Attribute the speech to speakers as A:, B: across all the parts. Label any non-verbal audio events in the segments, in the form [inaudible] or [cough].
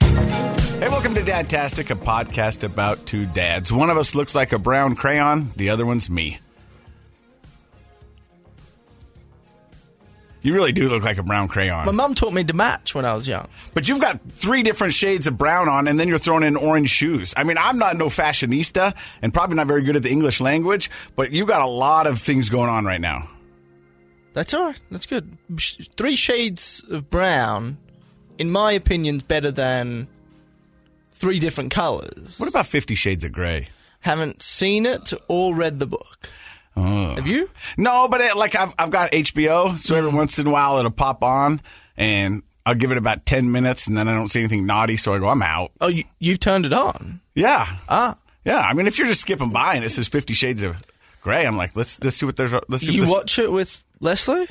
A: Hey, welcome to Dadtastic, a podcast about two dads. One of us looks like a brown crayon, the other one's me. You really do look like a brown crayon.
B: My mum taught me to match when I was young.
A: But you've got three different shades of brown on, and then you're throwing in orange shoes. I mean, I'm not no fashionista and probably not very good at the English language, but you got a lot of things going on right now.
B: That's all right. That's good. Sh- Three shades of brown, in my opinion, is better than three different colors.
A: What about Fifty Shades of Grey?
B: Haven't seen it or read the book.
A: Oh.
B: Have you?
A: No, but it, like I've I've got HBO, so
B: Mm.
A: every once in a while it'll pop on, and I'll give it about ten minutes, and then I don't see anything naughty, so I go, I'm out.
B: Oh, you, you've turned it on.
A: Yeah,
B: Ah,
A: yeah. I mean, if you're just skipping by and it says Fifty Shades of Gray, I'm like, let's let's see what there's. Let's see
B: you
A: what this-
B: watch it with Leslie?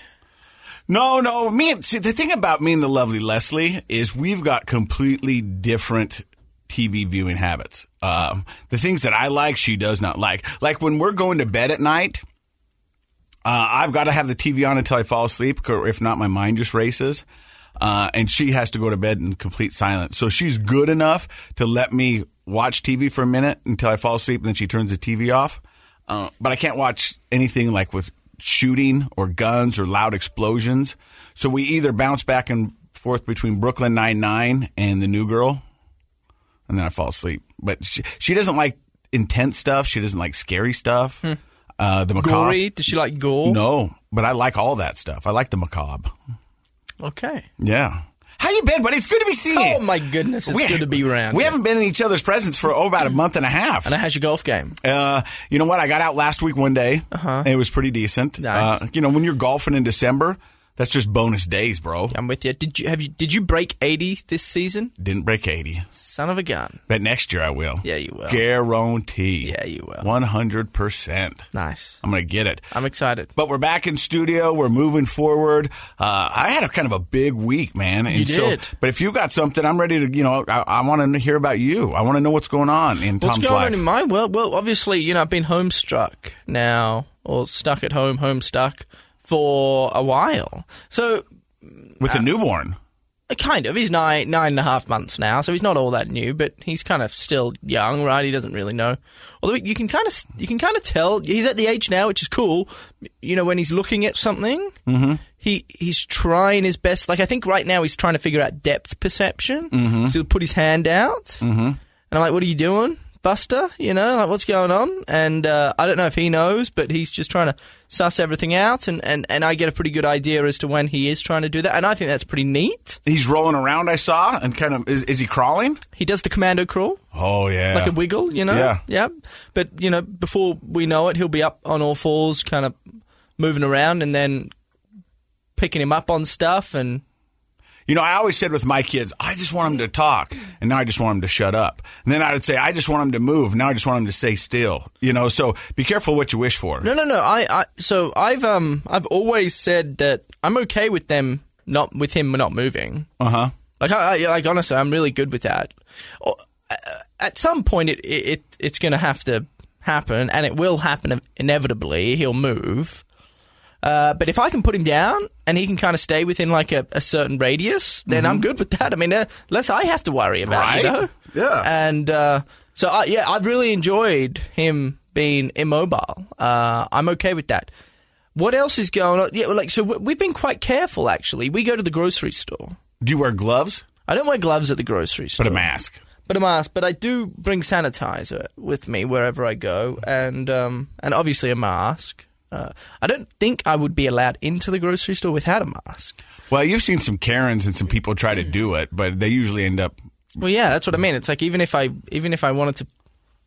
A: No, no. Me and see the thing about me and the lovely Leslie is we've got completely different TV viewing habits. Um, the things that I like, she does not like. Like when we're going to bed at night, uh, I've got to have the TV on until I fall asleep, or if not, my mind just races. Uh, and she has to go to bed in complete silence. So she's good enough to let me watch TV for a minute until I fall asleep, and then she turns the TV off. Uh, but I can't watch anything like with shooting or guns or loud explosions. So we either bounce back and forth between Brooklyn Nine Nine and The New Girl, and then I fall asleep. But she, she doesn't like intense stuff. She doesn't like scary stuff. Uh, the macabre.
B: Gory? Does she like gore?
A: No, but I like all that stuff. I like the macabre.
B: Okay.
A: Yeah. How you been, buddy? It's good to be seeing you.
B: Oh my goodness, it's good to be around.
A: We
B: you.
A: haven't been in each other's presence for oh, about a month and a half.
B: And how's your golf game?
A: Uh, you know what? I got out last week one day. Uh-huh. It was pretty decent.
B: Nice.
A: Uh, you know, when you're golfing in December, that's just bonus days, bro.
B: I'm with you. Did you have you did you break eighty this season?
A: Didn't break 80,
B: Son of a gun.
A: but next year I will.
B: Yeah, you will.
A: Guarantee.
B: Yeah, you will.
A: 100%.
B: Nice.
A: I'm going to get it.
B: I'm excited.
A: But we're back in studio. We're moving forward. Uh, I had a kind of a big week, man. And
B: You
A: so-
B: did.
A: but if you got something, I'm ready to. You know, I, I want to hear about you. I want to know what's going on in
B: What's
A: Tom's
B: going
A: life.
B: on in my world? Well, obviously, you know, I've been homestruck now, or stuck at home, homestuck for a while. So,
A: With the newborn,
B: uh, kind of, he's nine, nine and a half months now, so he's not all that new, but he's kind of still young, right? He doesn't really know. Although you can kind of, you can kind of tell he's at the age now, which is cool. You know, when he's looking at something, he he's trying his best. Like I think right now he's trying to figure out depth perception. So he'll put his hand out, and I'm like, "What are you doing, Buster? You know, like what's going on?" And uh, I don't know if he knows, but he's just trying to suss everything out, and, and and I get a pretty good idea as to when he is trying to do that, and I think that's pretty neat.
A: he's rolling around. I saw, and kind of is, is he crawling?
B: He does the commando crawl.
A: Oh yeah,
B: Like a wiggle, you know?
A: Yeah.
B: But, you know, before we know it, he'll be up on all fours, kind of moving around and then picking him up on stuff and
A: You know, I always said with my kids, I just want them to talk, and now I just want them to shut up. And then I would say, I just want them to move. Now I just want them to stay still. You know, so be careful what you wish for.
B: No, no, no. I, I so I've um I've always said that I'm okay with them not with him not moving.
A: Uh huh.
B: Like I, I like honestly, I'm really good with that. Or, uh, At some point, it it, it it's going to have to happen, and it will happen inevitably. He'll move. Uh, but if I can put him down and he can kind of stay within like a, a certain radius, then I'm good with that. I mean, uh, less I have to worry about, you
A: Mm-hmm. Right?
B: know?
A: Yeah.
B: And uh, so, I, yeah, I've really enjoyed him being immobile. Uh, I'm okay with that. What else is going on? Yeah, well, like so, we- we've been quite careful actually. We go to the grocery store.
A: Do you wear gloves?
B: I don't wear gloves at the grocery store.
A: Put a mask.
B: But a mask. But I do bring sanitizer with me wherever I go, and um, and obviously a mask. Uh, I don't think I would be allowed into the grocery store without a mask.
A: Well, you've seen some Karens and some people try to do it, but they usually end up.
B: Well, yeah, that's what I mean. It's like even if I even if I wanted to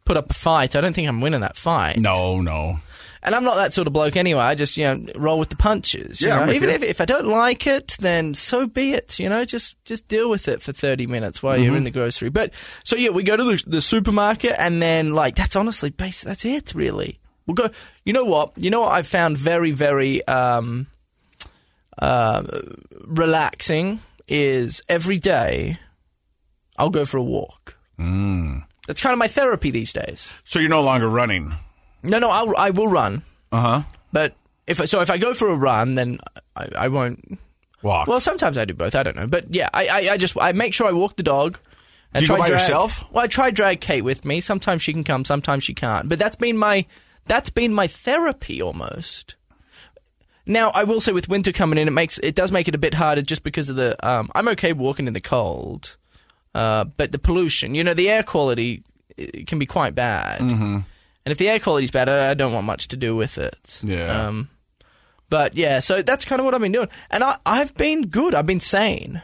B: put up a fight, I don't think I'm winning that fight.
A: No, no.
B: And I'm not that sort of bloke anyway. I just, you know, roll with the punches. you
A: Yeah, I'm
B: know?
A: with
B: Even
A: you.
B: if, if I don't like it, then so be it. You know, just just deal with it for 30 minutes while
A: Mm-hmm.
B: you're in the grocery. But so yeah, we go to the, the supermarket and then like that's honestly base that's it really. We'll go. You know what? You know what I've found very very um uh relaxing is every day I'll go for a walk. Mm. That's kind of my therapy these days.
A: So you're no longer running.
B: No, no, I'll, I will run.
A: Uh huh.
B: But if I- so, if I go for a run, then I, I won't.
A: Walk.
B: Well, sometimes I do both. I don't know, but yeah, I, I, I just I make sure I walk the dog. And
A: Do you go by
B: drag,
A: yourself?
B: Well, I try drag Kate with me. Sometimes she can come, sometimes she can't. But that's been my that's been my therapy almost. Now I will say, with winter coming in, it makes it does make it a bit harder just because of the. Um, I'm okay walking in the cold, uh, but the pollution, you know, the air quality it can be quite bad. Mm-hmm. And if the air quality's bad, I, I don't want much to do with it.
A: Yeah.
B: Um, but yeah, so that's kind of what I've been doing, and I, I've been good. I've been sane.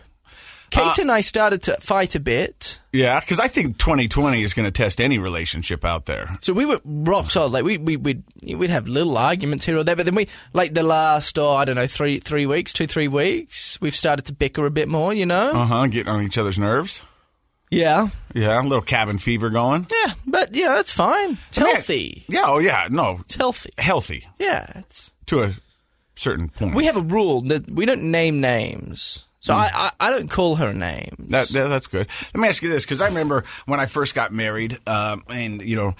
B: Kate and I started to fight a bit,
A: yeah, because I think 2020 is going to test any relationship out there.
B: so we were rock solid. Like we we would we'd have little arguments here or there, but then we like the last oh I don't know three three weeks, two three weeks, we've started to bicker a bit more. You know,
A: Uh huh. Getting on each other's nerves.
B: yeah,
A: Yeah, a little cabin fever going.
B: yeah, but yeah, that's fine. It's healthy.
A: Yeah. Oh yeah. No.
B: It's healthy.
A: Healthy
B: Yeah, it's.
A: to a certain point.
B: We have a rule that we don't name names, so I, I I don't call her names.
A: That, that- that's good. Let me ask you this because I remember when I first got married, um, and you know,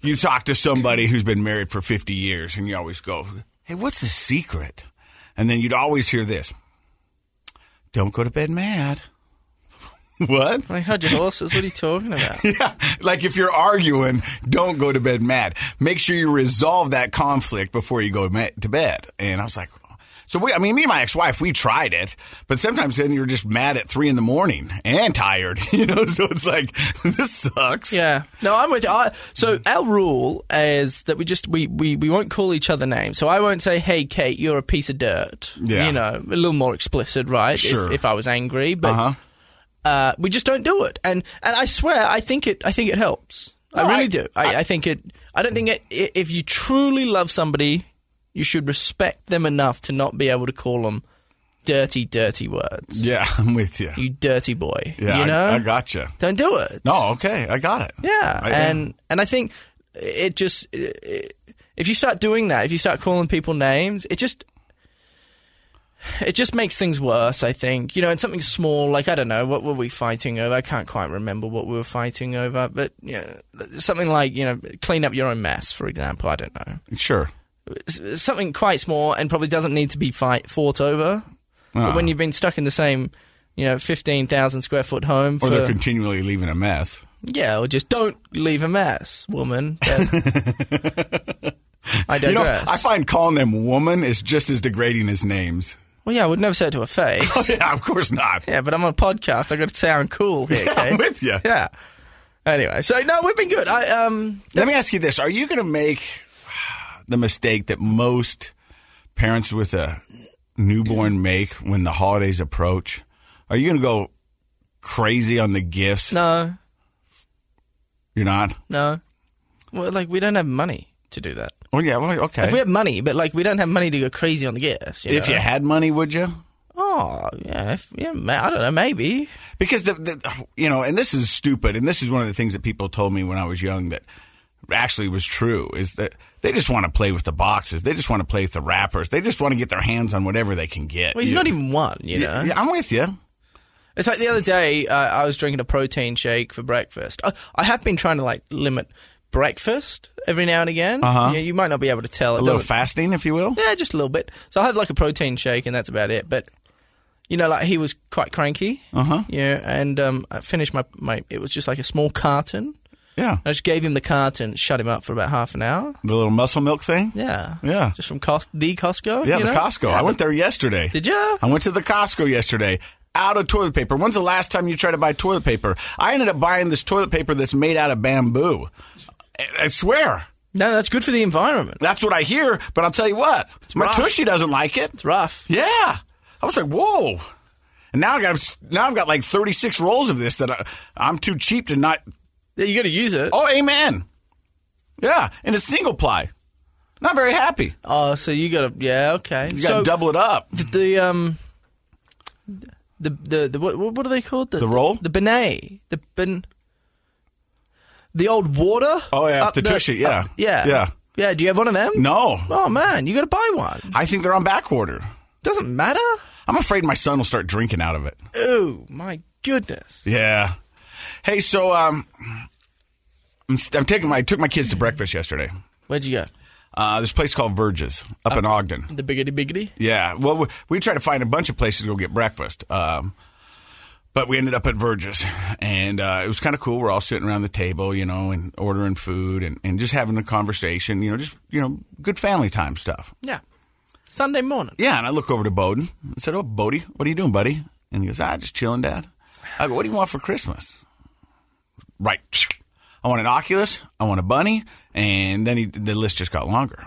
A: you talk to somebody who's been married for fifty years, and you always go, "Hey, what's the secret?" And then you'd always hear this: "Don't go to bed mad." [laughs] what?
B: Like, how'd your horses? What are you talking about?
A: Yeah, [laughs] like if you're arguing, don't go to bed mad. Make sure you resolve that conflict before you go ma- to bed. And I was like, so we, I mean, me and my ex-wife, we tried it, but sometimes then you're just mad at three in the morning and tired, [laughs] you know. So it's like [laughs] this sucks.
B: Yeah. No, I'm with you. I,
A: Hmm.
B: so our rule is that we just we, we we won't call each other names. So I won't say, "Hey, Kate, you're a piece of dirt."
A: Yeah.
B: You know, a little more explicit, right?
A: Sure.
B: If, if I was angry, but
A: Uh-huh.
B: uh, we just don't do it. And and I swear, I think it I think it helps. I
A: No,
B: really
A: I-
B: do. I, I think it. I don't think it. i- If you truly love somebody, you should respect them enough to not be able to call them dirty, dirty words.
A: Yeah, [laughs] I'm with you.
B: You dirty boy.
A: Yeah,
B: you
A: I-
B: know.
A: I, gotcha.
B: don't do it.
A: No, okay, I got it.
B: Yeah,
A: I-
B: and and I think it just it, if you start doing that, if you start calling people names, it just it just makes things worse. I think you know, and something small like I don't know what were we fighting over. I can't quite remember what we were fighting over, but you know, something like you know, clean up your own mess, for example. I don't know
A: sure.
B: S- something quite small and probably doesn't need to be fight fought over.
A: Uh,
B: But when you've been stuck in the same you know fifteen thousand square foot home for
A: or they're continually leaving a mess.
B: yeah, or just don't leave a mess,
A: [laughs]
B: woman. That- I
A: You know,
B: digress.
A: I find calling them woman is just as degrading as
B: [laughs]
A: names. [laughs]
B: well, yeah, I would never say it to her face.
A: Oh, yeah, of course not.
B: yeah, but I'm on a podcast. I got to sound
A: [laughs]
B: cool here.
A: Yeah, I'm
B: okay?
A: with ya.
B: Yeah. Anyway, so no, we've been good. I um,
A: Let me ask you this: Are you going to make the mistake that most parents with a newborn make when the holidays approach? Are you going to go crazy on the gifts?
B: no,
A: You're not.
B: no. Well, like we don't have money to do that.
A: Oh yeah. Well, okay.
B: If we have money, but like we don't have money to go crazy on the gifts. You
A: If
B: know?
A: you had money, would you?
B: oh yeah, if, yeah, ma- I don't know, maybe.
A: Because the, the you know, and this is stupid, and this is one of the things that people told me when I was young that actually was true is that they just want to play with the boxes, they just want to play with the wrappers, they just want to get their hands on whatever they can get.
B: Well, he's
A: You-
B: not even one, you know.
A: Yeah, yeah, I'm with you.
B: It's like the other day, uh, I was drinking a protein shake for breakfast. I, I have been trying to like limit breakfast every now and again.
A: Uh-huh.
B: Yeah, you might not be able to tell. It
A: A little
B: doesn't-
A: fasting, if you will.
B: yeah, just a little bit. So I have like a protein shake, and that's about it. But you know, like he was quite cranky.
A: Uh-huh.
B: Yeah, and um, I finished my my. It was just like a small carton.
A: Yeah.
B: I just gave him the carton, shut him up for about half an hour.
A: The little muscle milk thing?
B: Yeah.
A: Yeah.
B: Just from cost the Costco.
A: Yeah,
B: you
A: the
B: know?
A: Costco. I went there yesterday.
B: Did you?
A: I went to the Costco yesterday. out of toilet paper. When's the last time you tried to buy toilet paper? I ended up buying this toilet paper that's made out of bamboo. I, I swear.
B: No, that's good for the environment.
A: That's what I hear, but I'll tell you what, my
B: rough.
A: tushy doesn't like it.
B: It's rough.
A: Yeah. I was like, whoa. And now I got now I've got like 36 rolls of this that I, I'm too cheap to not.
B: Yeah, you got to use it.
A: Oh, amen. Yeah, and it's single ply. Not very happy.
B: Oh, so you got to yeah, okay.
A: You got to
B: so
A: double it up.
B: the, the um the the, the what, what are they called?
A: The roll?
B: The benet. The ben The old water?
A: Oh, yeah,
B: up
A: the tushy, yeah.
B: up- yeah.
A: Yeah.
B: Yeah, do you have one of them?
A: No,
B: Oh man, you got to buy one.
A: I think they're on back order.
B: Doesn't matter.
A: I'm afraid my son will start drinking out of it.
B: Oh, my goodness.
A: Yeah. Hey, so um, I'm, st- I'm taking my I took my kids to breakfast yesterday.
B: Where'd you go?
A: Uh, this place called Verges up in Ogden.
B: The biggity biggity?
A: Yeah. Well, we, we tried to find a bunch of places to go get breakfast. Um, but we ended up at Verges, and uh, it was kind of cool. We're all sitting around the table, you know, and ordering food and, and just having a conversation, you know, just, you know, good family time stuff.
B: Yeah. Sunday morning.
A: Yeah. And I look over to Bowden and said, Oh, Bodie, what are you doing, buddy? And he goes, Ah, just chilling, Dad. I go, What do you want for Christmas? Right. I want an Oculus, I want a bunny. And then he, the list just got longer.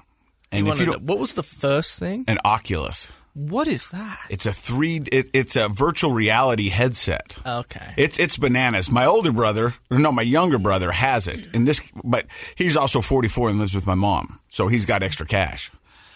A: And
B: You
A: if you
B: wanted-
A: don't,
B: what was the first thing?
A: an Oculus.
B: What is that?
A: It's a three. It, it's a virtual reality headset.
B: Oh. Okay.
A: It's it's bananas. My older brother, or no, my younger brother has it, and this, but he's also 44 and lives with my mom, so he's got extra cash.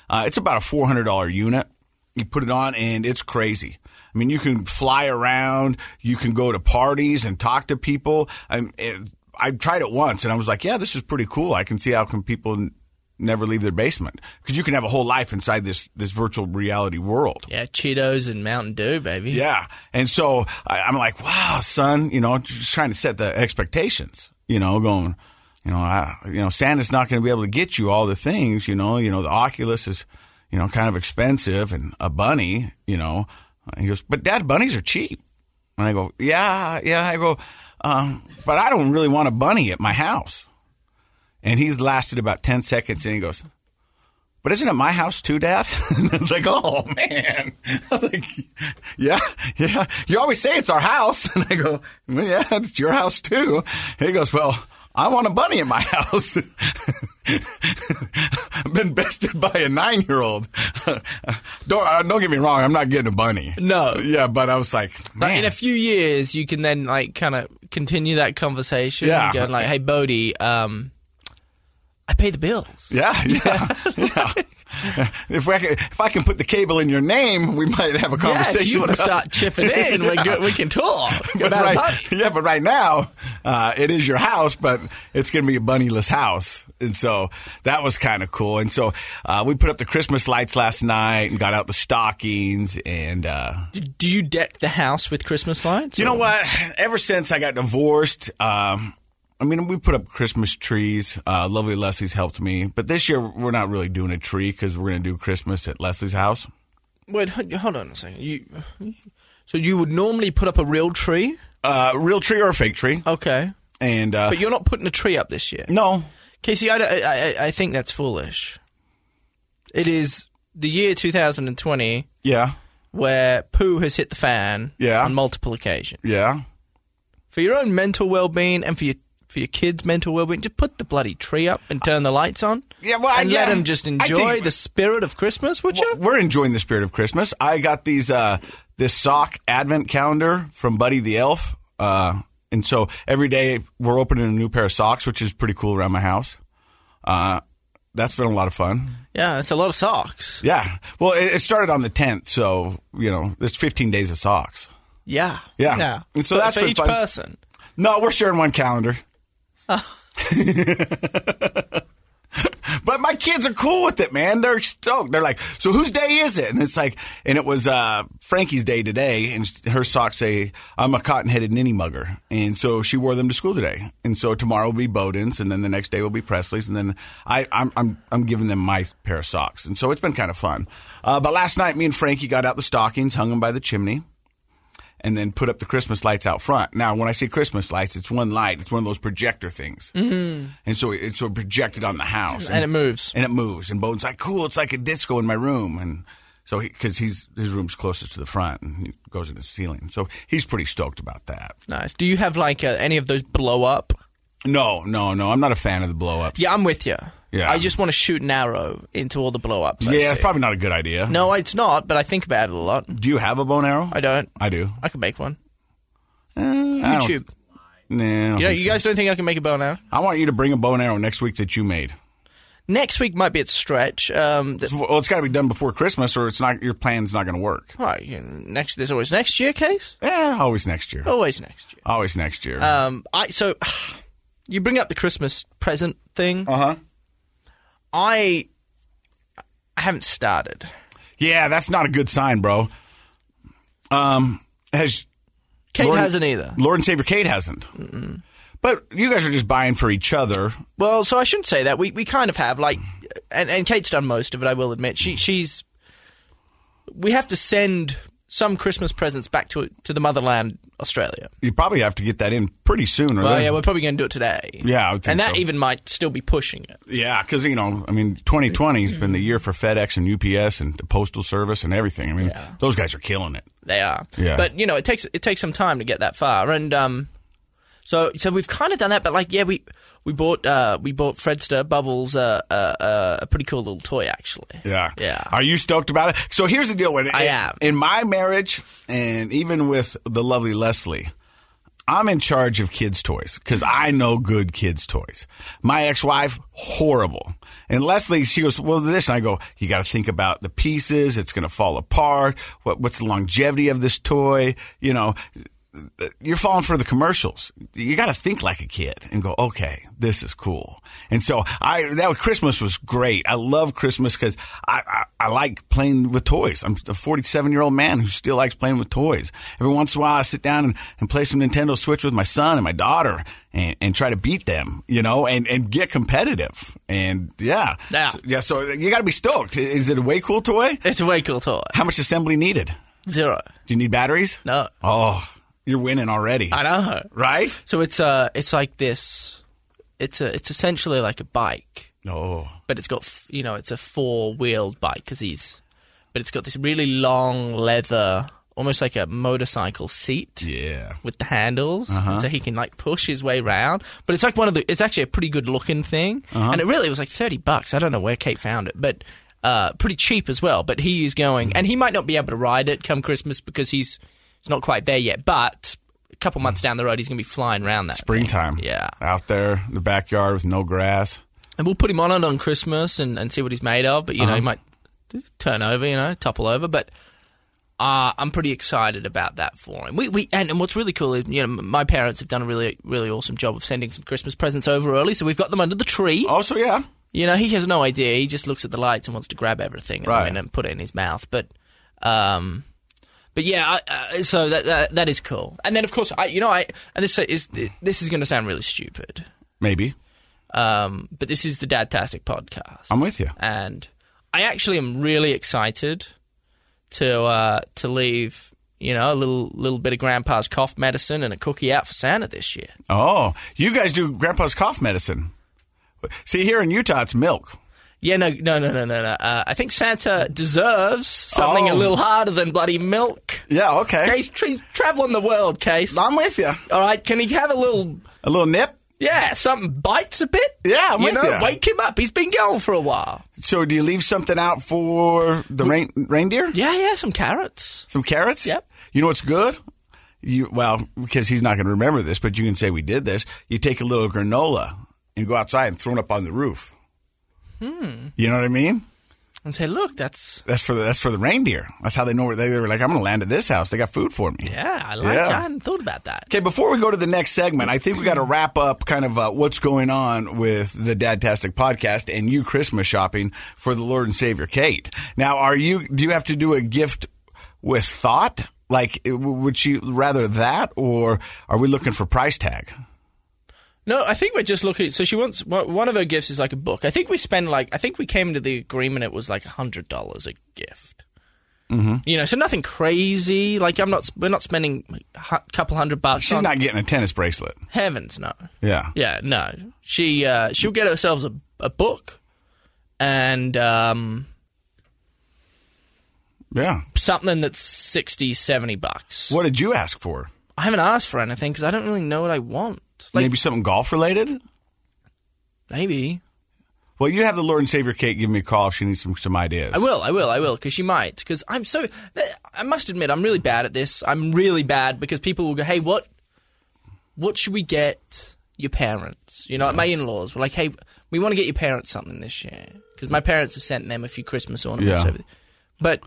A: Uh, it's about a $400 unit. You put it on, and it's crazy. I mean, you can fly around, you can go to parties and talk to people. I, it, I tried it once, and I was like, yeah, this is pretty cool. I can see how can people n- never leave their basement because you can have a whole life inside this this virtual reality world.
B: yeah, Cheetos and Mountain Dew, baby.
A: Yeah. And so I, I'm like, wow, son, you know, just trying to set the expectations, you know, going, you know, I, you know, Santa's not going to be able to get you all the things, you know, you know, the Oculus is, you know, kind of expensive and a bunny, you know, and he goes, but dad, bunnies are cheap. And I go, yeah, yeah. I go, um, but I don't really want a bunny at my house. And he's lasted about 10 seconds and he goes, but isn't it my house too, Dad? [laughs] and it's like, oh man. [laughs] I was like, yeah, yeah. You always say it's our house, [laughs] and I go, well, yeah, it's your house too. And he goes, well, I want a bunny in my [laughs] house. I've been bested by a nine-year-old. [laughs] don't uh, don't get me wrong, I'm not getting a bunny.
B: No.
A: yeah, but I was like,
B: But
A: man,
B: in a few years, you can then like kind of continue that conversation.
A: Yeah.
B: And go like, hey, Bodie, um, I pay the bills.
A: yeah, [laughs] yeah, yeah.
B: [laughs]
A: if I can, if I can put the cable in your name, we might have a
B: Yeah,
A: conversation.
B: if you want to
A: about- [laughs]
B: start chipping in, we're good, we can talk
A: But
B: about
A: right-
B: money.
A: [laughs] yeah, but right now uh, it is your house, but it's going to be a bunnyless house, and so that was kind of cool. And so uh, we put up the Christmas lights last night and got out the stockings. And uh,
B: D- Do you deck the house with Christmas lights?
A: you know
B: or-
A: what? Ever since I got divorced, um, I mean, we put up Christmas trees. Uh, lovely Leslie's helped me, but this year we're not really doing a tree because we're going to do Christmas at Leslie's house.
B: Wait, h- hold on a second. You, so you would normally put up a real tree,
A: Uh, real tree or a fake tree?
B: okay?
A: And uh,
B: But you're not putting a tree up this year,
A: no,
B: Casey. I, don't- I, I, I think that's foolish. It is the year 2020.
A: yeah,
B: where poo has hit the fan
A: Yeah.
B: on multiple occasions.
A: yeah.
B: For your own mental well being and for your for your kids' mental well being, just put the bloody tree up and turn the lights on.
A: Yeah, well, I-
B: and let
A: yeah.
B: them just
A: I think-
B: enjoy the spirit of Christmas, would
A: Well,
B: you?
A: we're enjoying the spirit of Christmas. I got these uh, this sock advent calendar from Buddy the Elf, uh, and so every day we're opening a new pair of socks, which is pretty cool around my house. Uh, that's been a lot of fun.
B: Yeah, it's a lot of socks.
A: Yeah. Well, it, it started on the tenth, so you know there's 15 days of socks.
B: Yeah,
A: Yeah. And so
B: for,
A: that's
B: for
A: been
B: each
A: fun.
B: person.
A: No, we're sharing one calendar. but my kids are cool with it, man. They're stoked. They're like, "So whose day is it?" And it's like, and it was uh, Frankie's day today, and her socks say, "I'm a cotton-headed ninny mugger," and so she wore them to school today. And so tomorrow will be Bowden's, and then the next day will be Presley's, and then I, I'm I'm I'm giving them my pair of socks, and so it's been kind of fun. Uh, but last night, me and Frankie got out the stockings, hung them by the chimney and then put up the Christmas lights out front. Now, when I say Christmas lights, it's one light. It's one of those projector things. Mm-hmm. And so it's so projected on the house.
B: And it moves.
A: And it moves. And Bowden's like, cool, it's like a disco in my room. And So because he's his room's closest to the front and he goes in the ceiling, so he's pretty stoked about that.
B: Nice. Do you have like uh, any of those blow up?
A: No, no, no. I'm not a fan of the blow ups.
B: Yeah, I'm with you.
A: Yeah.
B: I just want to shoot an arrow into all the blow ups.
A: yeah, it's probably not a good idea.
B: No, it's not. But I think about it a lot.
A: Do you have a bone arrow?
B: I don't.
A: I do.
B: I could make one.
A: I don't-
B: YouTube.
A: Nah, I don't
B: You know,
A: think
B: you
A: so.
B: guys don't think I can make a bow now?
A: I want you to bring a bow and arrow next week that you made.
B: Next week might be a stretch. Um, th-
A: Well, it's got to be done before Christmas, or it's not. Your plan's not going to work.
B: all right, you know, next there's always next year case.
A: Eh, always next year.
B: Always next year.
A: Always next year.
B: Um, I so [sighs] you bring up the Christmas present thing.
A: Uh huh.
B: I I haven't started.
A: Yeah, that's not a good sign, bro. Um, has
B: Kate
A: Lord-
B: hasn't either.
A: Lord and Savior Kate hasn't. But you guys are just buying for each other.
B: Well, so I shouldn't say that. We we kind of have like, and and Kate's done most of it. I will admit she she's. We have to send some Christmas presents back to to the motherland, Australia.
A: You probably have to get that in pretty soon. Or
B: Well,
A: there's-
B: yeah, we're probably going to do it today.
A: Oh, Yeah, I would think
B: and that
A: so.
B: even might still be pushing it.
A: yeah, because you know, I mean, 2020 has been
B: Mm-hmm.
A: the year for FedEx and UPS and the postal service and everything. I mean, those guys are killing it.
B: They are.
A: Yeah.
B: But you know, it takes it takes some time to get that far, and um, so so we've kind of done that. But like, yeah, we we bought uh we bought Fredster Bubbles uh, uh, uh, a pretty cool little toy actually.
A: Yeah.
B: Yeah.
A: Are you stoked about it? So here's the deal with it.
B: I am.
A: In my marriage and even with the lovely Leslie, I'm in charge of kids' toys because
B: Mm-hmm.
A: I know good kids' toys. My ex wife, horrible. And Leslie, she goes, Well, this. And I go, You got to think about the pieces. It's going to fall apart. What, what's the longevity of this toy? You know, you're falling for the commercials. You got to think like a kid and go, okay, this is cool. And so I that was- Christmas was great. I love Christmas because I, I I like playing with toys. I'm a 47 year old man who still likes playing with toys. Every once in a while, I sit down and, and play some Nintendo Switch with my son and my daughter and, and try to beat them, you know, and and get competitive. And yeah,
B: Yeah.
A: so, yeah. So you got to be stoked. Is it a way cool toy?
B: It's a way cool toy.
A: How much assembly needed?
B: Zero.
A: Do you need batteries?
B: No.
A: Oh, you're winning already.
B: I know.
A: Right?
B: So it's uh it's like this. It's a it's essentially like a bike.
A: No.
B: but it's got f- you know it's a four wheeled bike because he's but it's got this really long leather almost like a motorcycle seat
A: Yeah.
B: with the handles and so he can like push his way round but it's like one of the it's actually a pretty good looking thing and it really was like 30 bucks i don't know where kate found it but uh, pretty cheap as well but he is going and he might not be able to ride it come christmas because he's he's not quite there yet but a couple months down the road he's going to be flying around that thing.
A: Springtime.
B: yeah
A: Out there in the backyard with no grass.
B: and we'll put him on it on Christmas and, and see what he's made of. But you know, he might turn over, you know, topple over. But uh, I'm pretty excited about that for him. We, we and, and what's really cool is you know m- my parents have done a really really awesome job of sending some Christmas presents over early, so we've got them under the tree.
A: Also, yeah.
B: You know, he has no idea. He just looks at the lights and wants to grab everything at the
A: Right.
B: minute and put it in his mouth. But, um, but yeah, I, uh, so that, that that is cool. And then of course, I you know I and this is this is going to sound really stupid.
A: Maybe.
B: Um, but this is the Dadtastic podcast,
A: I'm with you.
B: and I actually am really excited to uh, to leave. You know, a little little bit of Grandpa's cough medicine and a cookie out for Santa this year.
A: Oh, you guys do Grandpa's cough medicine. See, here in Utah, it's milk.
B: Yeah, no, no, no, no, no, no. Uh, I think Santa deserves something
A: Oh.
B: a little harder than bloody milk.
A: Yeah, okay.
B: Case tra- traveling the world, case.
A: I'm with you.
B: All right, can he have a little?
A: A little nip?
B: Yeah, something bites a bit.
A: Yeah, I'm
B: you
A: with
B: know,
A: ya.
B: wake him up. He's been gone for a while.
A: So, do you leave something out for the rain, reindeer?
B: Yeah, yeah, some carrots.
A: Some carrots?
B: Yep.
A: You know what's good? You Well, because he's not going to remember this, but you can say we did this. You take a little granola and go outside and throw it up on the roof. Hmm. You know what I mean?
B: and say, "Look, that's
A: That's for the that's for the reindeer. That's how they know where they, they were like, I'm gonna land at this house. They got food for me.
B: yeah, I like.
A: Yeah.
B: I hadn't thought about that."
A: Okay, before we go to the next segment, I think we got to wrap up kind of uh, what's going on with the Dadtastic podcast and you Christmas shopping for the Lord and Savior Kate. Now, are you do you have to do a gift with thought? Like, w- would you rather that, or are we looking for price tag?
B: No, I think we're just looking. So she wants one one of her gifts is like a book. I think we spend like I think we came to the agreement it was like hundred dollars a gift. Mm-hmm. You know, so nothing crazy. Like I'm not. We're not spending a hu- couple hundred bucks.
A: She's
B: on,
A: not getting a tennis bracelet.
B: Heavens no.
A: Yeah,
B: Yeah, no. She uh, she'll get herself a, a book, and um,
A: Yeah.
B: something that's 60, 70 bucks.
A: What did you ask for?
B: I haven't asked for anything because I don't really know what I want. Like
A: Maybe something golf related?
B: maybe
A: Well, you have the Lord and Savior Kate give me a call if she needs some, some ideas.
B: I will, I will, I will, because she might. Because I'm so. I must admit, I'm really bad at this. I'm really bad because people will go, "Hey, what? What should we get your parents? You know, like my in-laws were like, "Hey, we want to get your parents something this year because my parents have sent them a few Christmas ornaments
A: Yeah.
B: over." But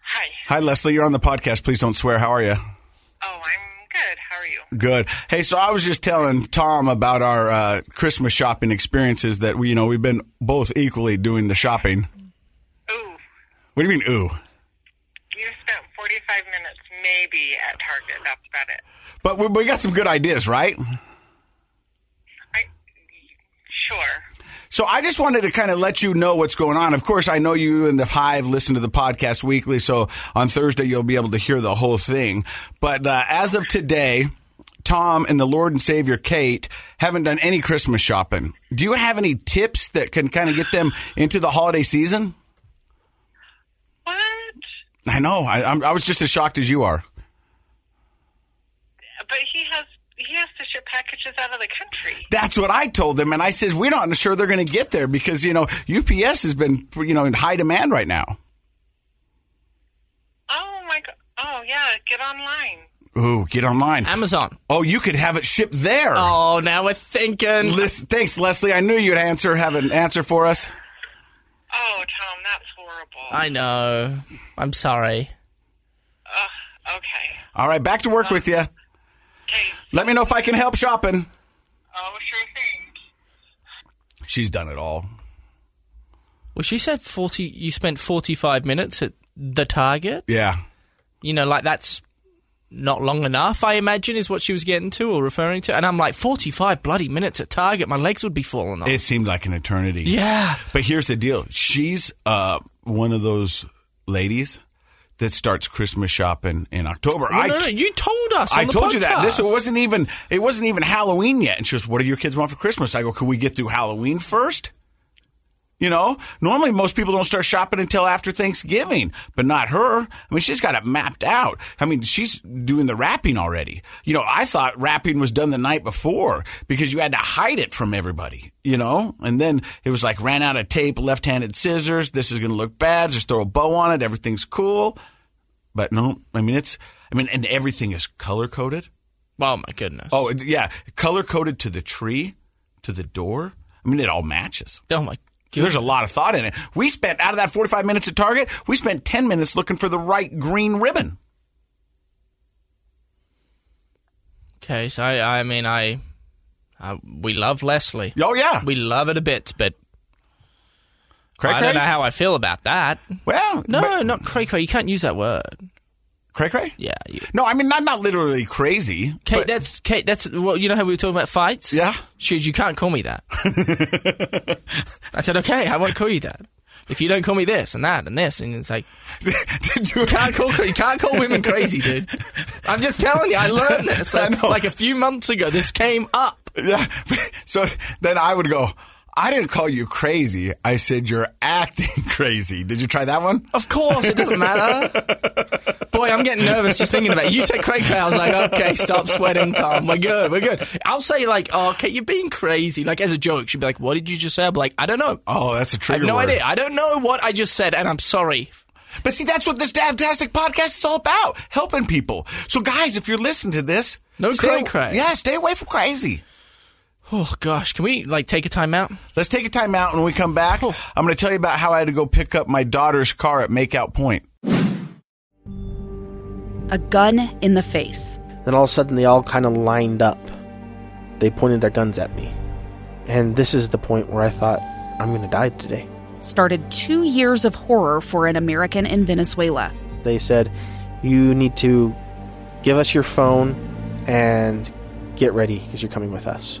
C: Hi.
A: Hi, Leslie. You're on the podcast. Please don't swear. How are you?
C: Oh, I'm good. How are you?
A: Good. Hey, so I was just telling Tom about our uh, Christmas shopping experiences that we, you know, we've been both equally doing the shopping.
C: Ooh,
A: What do you mean, ooh?
C: you spent 45 minutes maybe at Target. That's about it.
A: But we, we got some good ideas, right?
C: I sure.
A: So I just wanted to kind of let you know what's going on. Of course, I know you and the Hive listen to the podcast weekly, so on Thursday you'll be able to hear the whole thing. But uh, as of today, Tom and the Lord and Savior Kate haven't done any Christmas shopping. Do you have any tips that can kind of get them into the holiday season?
C: What?
A: I know. I, I'm, I was just as shocked as you are.
C: But he has he has to ship packages out of the country.
A: That's what I told them, and I says we're not sure they're going to get there because you know UPS has been you know in high demand right now.
C: Oh my god. Oh yeah, get online.
A: Ooh, get online.
B: Amazon.
A: oh, you could have it shipped there.
B: Oh, now we're thinking.
A: Lis- thanks, Leslie. I knew you'd answer have an answer for us.
C: Oh, Tom, that's horrible.
B: I know. I'm sorry.
C: Ugh, okay.
A: All right, back to work with you.
C: Okay.
A: Let me know if I can help shopping.
C: Oh, sure thing.
A: She's done it all.
B: Well, she said forty. You spent forty-five minutes at the Target.
A: Yeah.
B: you know, like that's not long enough, I imagine, is what she was getting to or referring to. And I'm like, 45 bloody minutes at Target, my legs would be falling off.
A: It seemed like an eternity.
B: yeah.
A: But here's the deal. She's uh, one of those ladies that starts Christmas shopping in October.
B: No,
A: I
B: no, no, you told us.
A: I
B: on the
A: told you that.
B: podcast.
A: This wasn't even it wasn't even Halloween yet. And she goes, What do your kids want for Christmas? I go, Could we get through Halloween first? You know? Normally most people don't start shopping until after Thanksgiving, but not her. I mean, she's got it mapped out. I mean, she's doing the wrapping already. You know, I thought wrapping was done the night before because you had to hide it from everybody, you know? And then it was like ran out of tape, left handed scissors, this is gonna look bad, just throw a bow on it, everything's cool. But no, I mean it's I mean and everything is color coded.
B: Oh, my goodness. Oh,
A: Oh, it- yeah, color coded to the tree, to the door. I mean it all matches.
B: Oh, my
A: There's a lot of thought in it. We spent out of that 45 minutes at Target, we spent 10 minutes looking for the right green ribbon.
B: Okay, so I, I mean, I, I. We love Leslie.
A: Oh yeah.
B: We love it a bit, but
A: Cray
B: I
A: cray.
B: don't know how I feel about that.
A: well,
B: No,
A: but-
B: not cray cray. You can't use that word.
A: cray cray.
B: Yeah. You,
A: No, I mean not not literally crazy. [laughs]
B: Kate,
A: but-
B: that's Kate. That's well, you know how we were talking about fights.
A: Yeah.
B: Shoot, you can't call
A: [laughs]
B: me that. I said, okay, I won't call you that. If you don't call me this and that and this, and it's like,
A: Did you-
B: can't call cra- you can't call women crazy, dude. I'm just telling you, I learned this
A: I
B: like,
A: know.
B: like a few months ago. This came up.
A: Yeah. [laughs] So then I would go, I didn't call you crazy. I said you're acting [laughs] crazy. Did you try that one?
B: Of course, it doesn't matter. Boy, I'm getting nervous just thinking about it. You said cray cray. I was like, okay, stop sweating, Tom. We're good. We're good. I'll say like, oh, okay, you're being crazy, like as a joke. She'd be like, what did you just say? I'm like, I don't know.
A: Oh, that's a
B: I
A: trigger
B: have no
A: word.
B: idea. I don't know what I just said, and I'm sorry.
A: But see, that's what this fantastic podcast is all about helping people. So, guys, if you're listening to this,
B: No
A: stay,
B: cray-cray.
A: Yeah, stay away from crazy.
B: Oh gosh, can we like take a time out?
A: Let's take a time out. When we come back,
B: Oh.
A: I'm going to tell you about how I had to go pick up my daughter's car at Makeout Point.
D: A gun in the face.
E: Then all of a sudden, they all kind of lined up. They pointed their guns at me. And this is the point where I thought, I'm going to die today.
D: Started two years of horror for an American in Venezuela.
E: They said, You need to give us your phone and get ready because you're coming with us.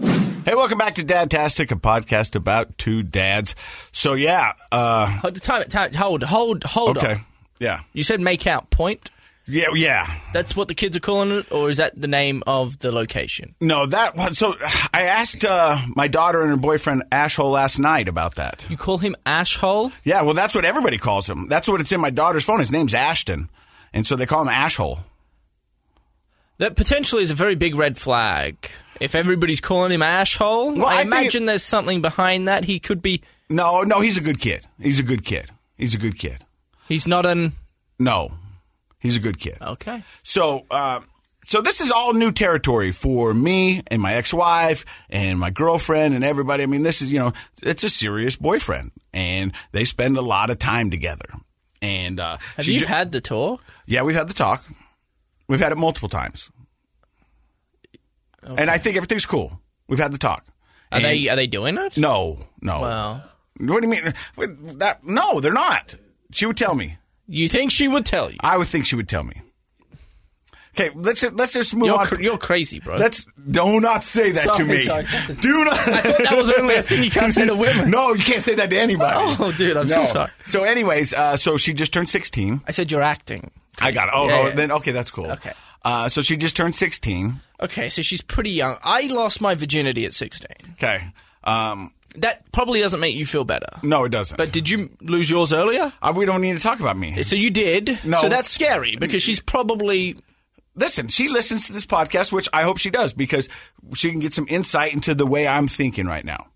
A: Hey, welcome back to Dadtastic, a podcast about two dads. So yeah, uh,
B: Hold, time it, time it, hold, hold, hold
A: okay,
B: on.
A: yeah,
B: You said make out point.
A: yeah, yeah.
B: That's what the kids are calling it, or is that the name of the location?
A: No, that was so. I asked uh, my daughter and her boyfriend Ashhole last night about that.
B: You call him Ashhole?
A: Yeah, well, that's what everybody calls him. That's what it's in my daughter's phone. His name's Ashton, and so they call him Ashhole.
B: That potentially is a very big red flag. If everybody's calling him Ashhole,
A: Well, I
B: I,
A: think
B: imagine there's something behind that. He could be.
A: No, no, he's a good kid. He's a good kid. He's a good kid.
B: He's not an.
A: No, he's a good kid.
B: Okay.
A: So, uh, so this is all new territory for me and my ex-wife and my girlfriend and everybody. I mean, this is you know, it's a serious boyfriend, and they spend a lot of time together. And uh,
B: Have
A: she
B: you
A: ju-
B: had the talk?
A: Yeah, we've had the talk. We've had it multiple times, and I think everything's cool. We've had the talk.
B: Are
A: And-
B: they are they doing it?
A: No, no.
B: Well,
A: What do you mean? Wait, That no, they're not. She would tell me.
B: you think she would tell you?
A: I would think she would tell me. Okay, let's let's just move
B: You're,
A: on.
B: cr- you're crazy, bro.
A: Let's do not say that to
B: Sorry,
A: me.
B: sorry, sorry.
A: Do not. [laughs] I
B: thought [laughs] that was only a thing you can't say to women.
A: No, you can't say that to anybody. [laughs]
B: Oh, dude, I'm so
A: No.
B: sorry.
A: So, anyways, uh, so she just turned 16.
B: I said you're acting.
A: I got it. Oh,
B: Yeah,
A: oh,
B: yeah.
A: then okay, that's cool.
B: Okay.
A: Uh, so she just turned 16.
B: Okay, so she's pretty young. I lost my virginity at 16.
A: Okay. Um,
B: That probably doesn't make you feel better.
A: no, it doesn't.
B: But did you lose yours earlier?
A: Uh, we don't need to talk about me.
B: So you did.
A: No.
B: So that's scary because she's probably
A: Listen, she listens to this podcast, which I hope she does because she can get some insight into the way I'm thinking right now.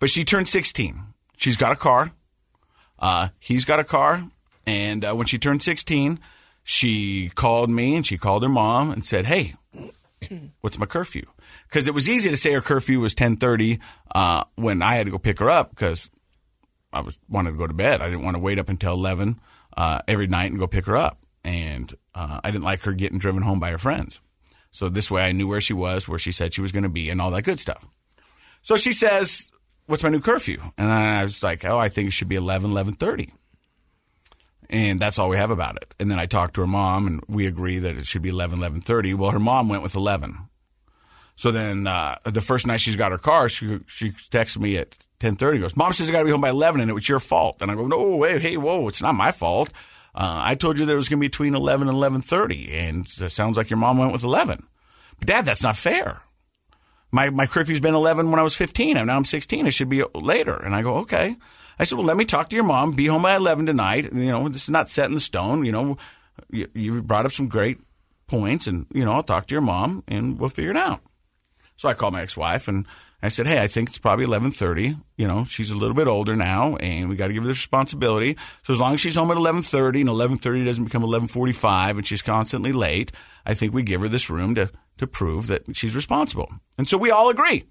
A: But she turned 16. She's got a car. Uh, he's got a car. And uh, when she turned 16, she called me and she called her mom and said, "Hey, [clears throat] what's my curfew?" Because it was easy to say her curfew was 10:30 uh, when I had to go pick her up because I was wanted to go to bed. I didn't want to wait up until eleven uh, every night and go pick her up. And uh, I didn't like her getting driven home by her friends. So this way, I knew where she was, where she said she was going to be, and all that good stuff. So she says, "What's my new curfew?" And I was like, "Oh, I think it should be 11, 11.30. And that's all we have about it. And then I talked to her mom, and we agree that it should be 11, 11.30. Well, her mom went with 11. So then uh, the first night she's got her car, she she texts me at ten thirty. Goes, mom says I got to be home by eleven, and it was your fault. And I go, no, wait, hey, whoa, it's not my fault. Uh, I told you there was going to be between eleven and eleven thirty, and it sounds like your mom went with eleven. But dad, that's not fair. My my curfew's been eleven when I was fifteen, and now I'm sixteen. It should be later. And I go, okay. I said, well, let me talk to your mom. Be home by eleven tonight. You know, this is not set in stone. You know, you, you brought up some great points, and you know, I'll talk to your mom, and we'll figure it out. So I called my ex-wife and I said, "Hey, I think it's probably 11:30. You know, she's a little bit older now, and we got to give her the responsibility. So as long as she's home at 11:30 and 11:30 doesn't become 11:45 and she's constantly late, I think we give her this room to to prove that she's responsible." And so we all agree.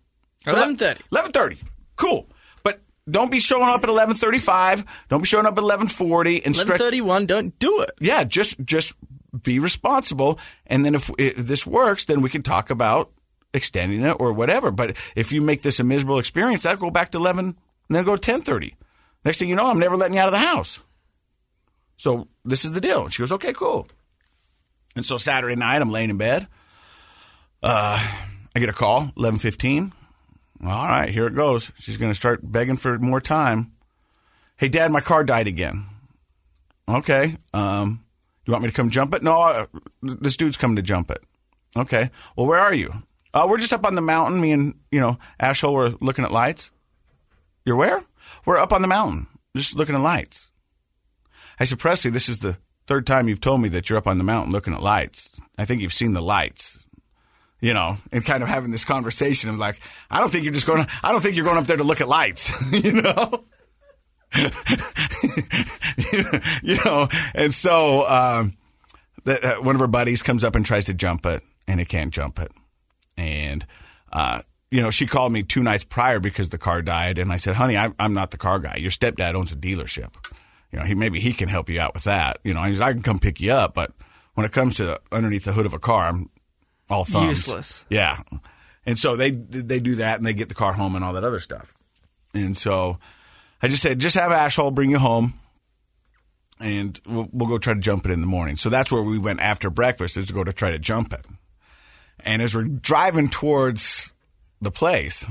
B: 11:30.
A: 11:30. Cool. But don't be showing up at 11:35. Don't be showing up at 11:40 and stretch
B: 11:31. Don't do it.
A: yeah, just just be responsible, and then if, if this works, then we can talk about extending it or whatever. But if you make this a miserable experience, I'll go back to eleven, and then go to ten thirty. Next thing you know, I'm never letting you out of the house. So this is the deal. And she goes, okay, cool. And so Saturday night, I'm laying in bed. Uh, I get a call, eleven fifteen. All right, here it goes. She's going to start begging for more time. Hey, Dad, my car died again. Okay. Um, you want me to come jump it? No, uh, this dude's coming to jump it. Okay. Well, where are you? Uh, we're just up on the mountain. Me and you know Ashel were looking at lights. You're where? We're up on the mountain, just looking at lights. I said, Presley, this is the third time you've told me that you're up on the mountain looking at lights. I think you've seen the lights. You know, and kind of having this conversation. I'm like, I don't think you're just going. I don't think you're going up there to look at lights. [laughs] you know [laughs] you know, and so um, the, uh, one of her buddies comes up and tries to jump it, and it can't jump it. And, uh, you know, she called me two nights prior because the car died. And I said, honey, I, I'm not the car guy. Your stepdad owns a dealership. You know, he maybe he can help you out with that. You know, I, I can come pick you up, but when it comes to underneath the hood of a car, I'm all thumbs.
B: Useless.
A: Yeah. And so they they do that and they get the car home and all that other stuff. And so I just said, just have Ashhole bring you home, and we'll, we'll go try to jump it in the morning. So that's where we went after breakfast is to go to try to jump it. And as we're driving towards the place,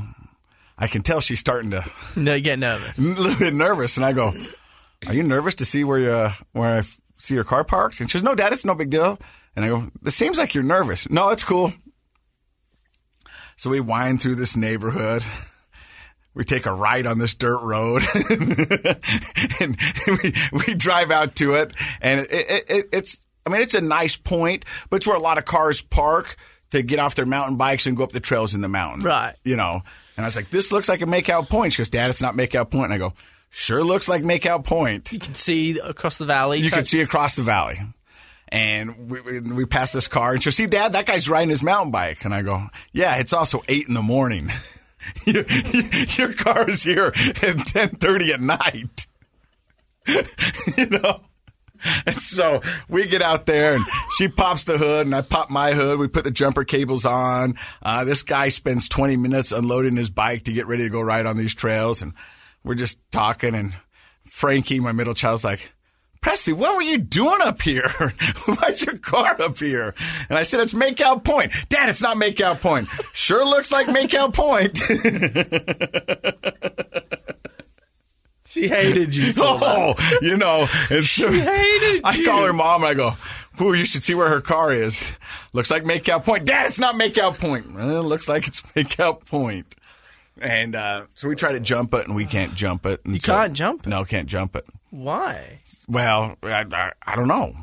A: I can tell she's starting to
B: [laughs]
A: [laughs]
B: No, you get nervous.
A: a little bit nervous, and I go, "Are you nervous to see where you uh, where I f- see your car parked?" And she goes, "No, Dad, it's no big deal." And I go, "It seems like you're nervous." No, it's cool. So we wind through this neighborhood. [laughs] We take a ride on this dirt road, [laughs] and we, we drive out to it. And it, it, it, it's I mean it's a nice point, but it's where a lot of cars park to get off their mountain bikes and go up the trails in the mountain
B: Right.
A: you know. And I was like, this looks like a make out point. She goes, Dad, it's not make out point. And I go, sure looks like make out point.
B: You can see across the valley.
A: You can see across the valley. And we, we, we pass this car and she'll see, Dad, that guy's riding his mountain bike. And I go, yeah, it's also eight in the morning. [laughs] your, your car is here at 1030 at night. [laughs] you know? And so we get out there, and she pops the hood, and I pop my hood. We put the jumper cables on. Uh, this guy spends 20 minutes unloading his bike to get ready to go ride on these trails, and we're just talking. And Frankie, my middle child's like, Presley, what were you doing up here? [laughs] Why's your car up here? And I said, it's Makeout Point. Dad, it's not Makeout Point. Sure looks like Makeout Point.
B: she hated [laughs] you. For
A: oh, [laughs] you know. And so
B: hated
A: I
B: you.
A: call her mom and I go, Ooh, you should see where her car is. Looks like Makeout Point. Dad, it's not Makeout Point. Well, it looks like it's [laughs] Makeout Point. And uh, so we try to jump it and we can't jump it. And
B: You
A: so-
B: can't jump it?
A: No, can't jump it.
B: Why?
A: Well, I, I, I don't know.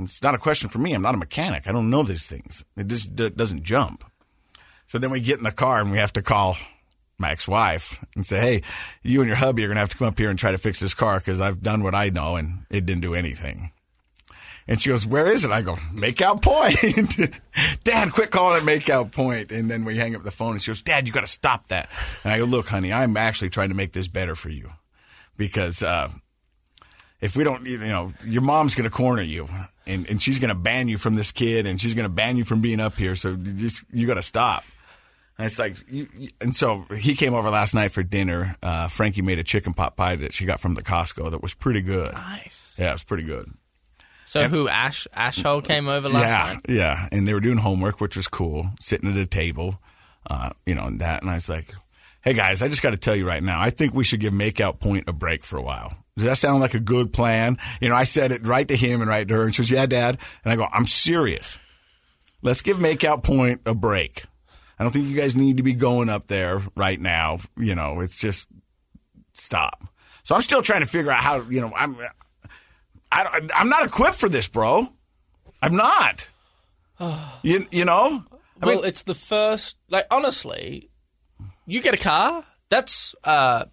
A: It's not a question for me. I'm not a mechanic. I don't know these things. It just d- doesn't jump. So then we get in the car and we have to call my ex-wife and say, "Hey, you and your hubby are going to have to come up here and try to fix this car because I've done what I know and it didn't do anything." And she goes, "Where is it?" I go, "Make out point, [laughs] Dad. Quit calling it make out point." And then we hang up the phone and she goes, "Dad, you got to stop that." And I go, "Look, honey, I'm actually trying to make this better for you because." Uh, if we don't, you know, your mom's going to corner you and, and she's going to ban you from this kid and she's going to ban you from being up here. So you just, you got to stop. And it's like, you, you- and so he came over last night for dinner. Uh, Frankie made a chicken pot pie that she got from the Costco that was pretty good.
B: Nice.
A: Yeah, it was pretty good.
B: So who? Ash Ashhole came over last
A: yeah,
B: night.
A: yeah. And they were doing homework, which was cool, sitting at a table, uh, you know, and that. And I was like, hey guys, I just got to tell you right now, I think we should give Makeout Point a break for a while. Does that sound like a good plan? You know, I said it right to him and right to her, and she goes, yeah, Dad. And I go, I'm serious. Let's give Makeout Point a break. I don't think you guys need to be going up there right now. You know, it's just stop. So I'm still trying to figure out how. You know, I'm I, don't- I'm not equipped for this, bro. I'm not. You you know. I
B: well,
A: mean,
B: it's the first. Like honestly, you get a car. That's uh,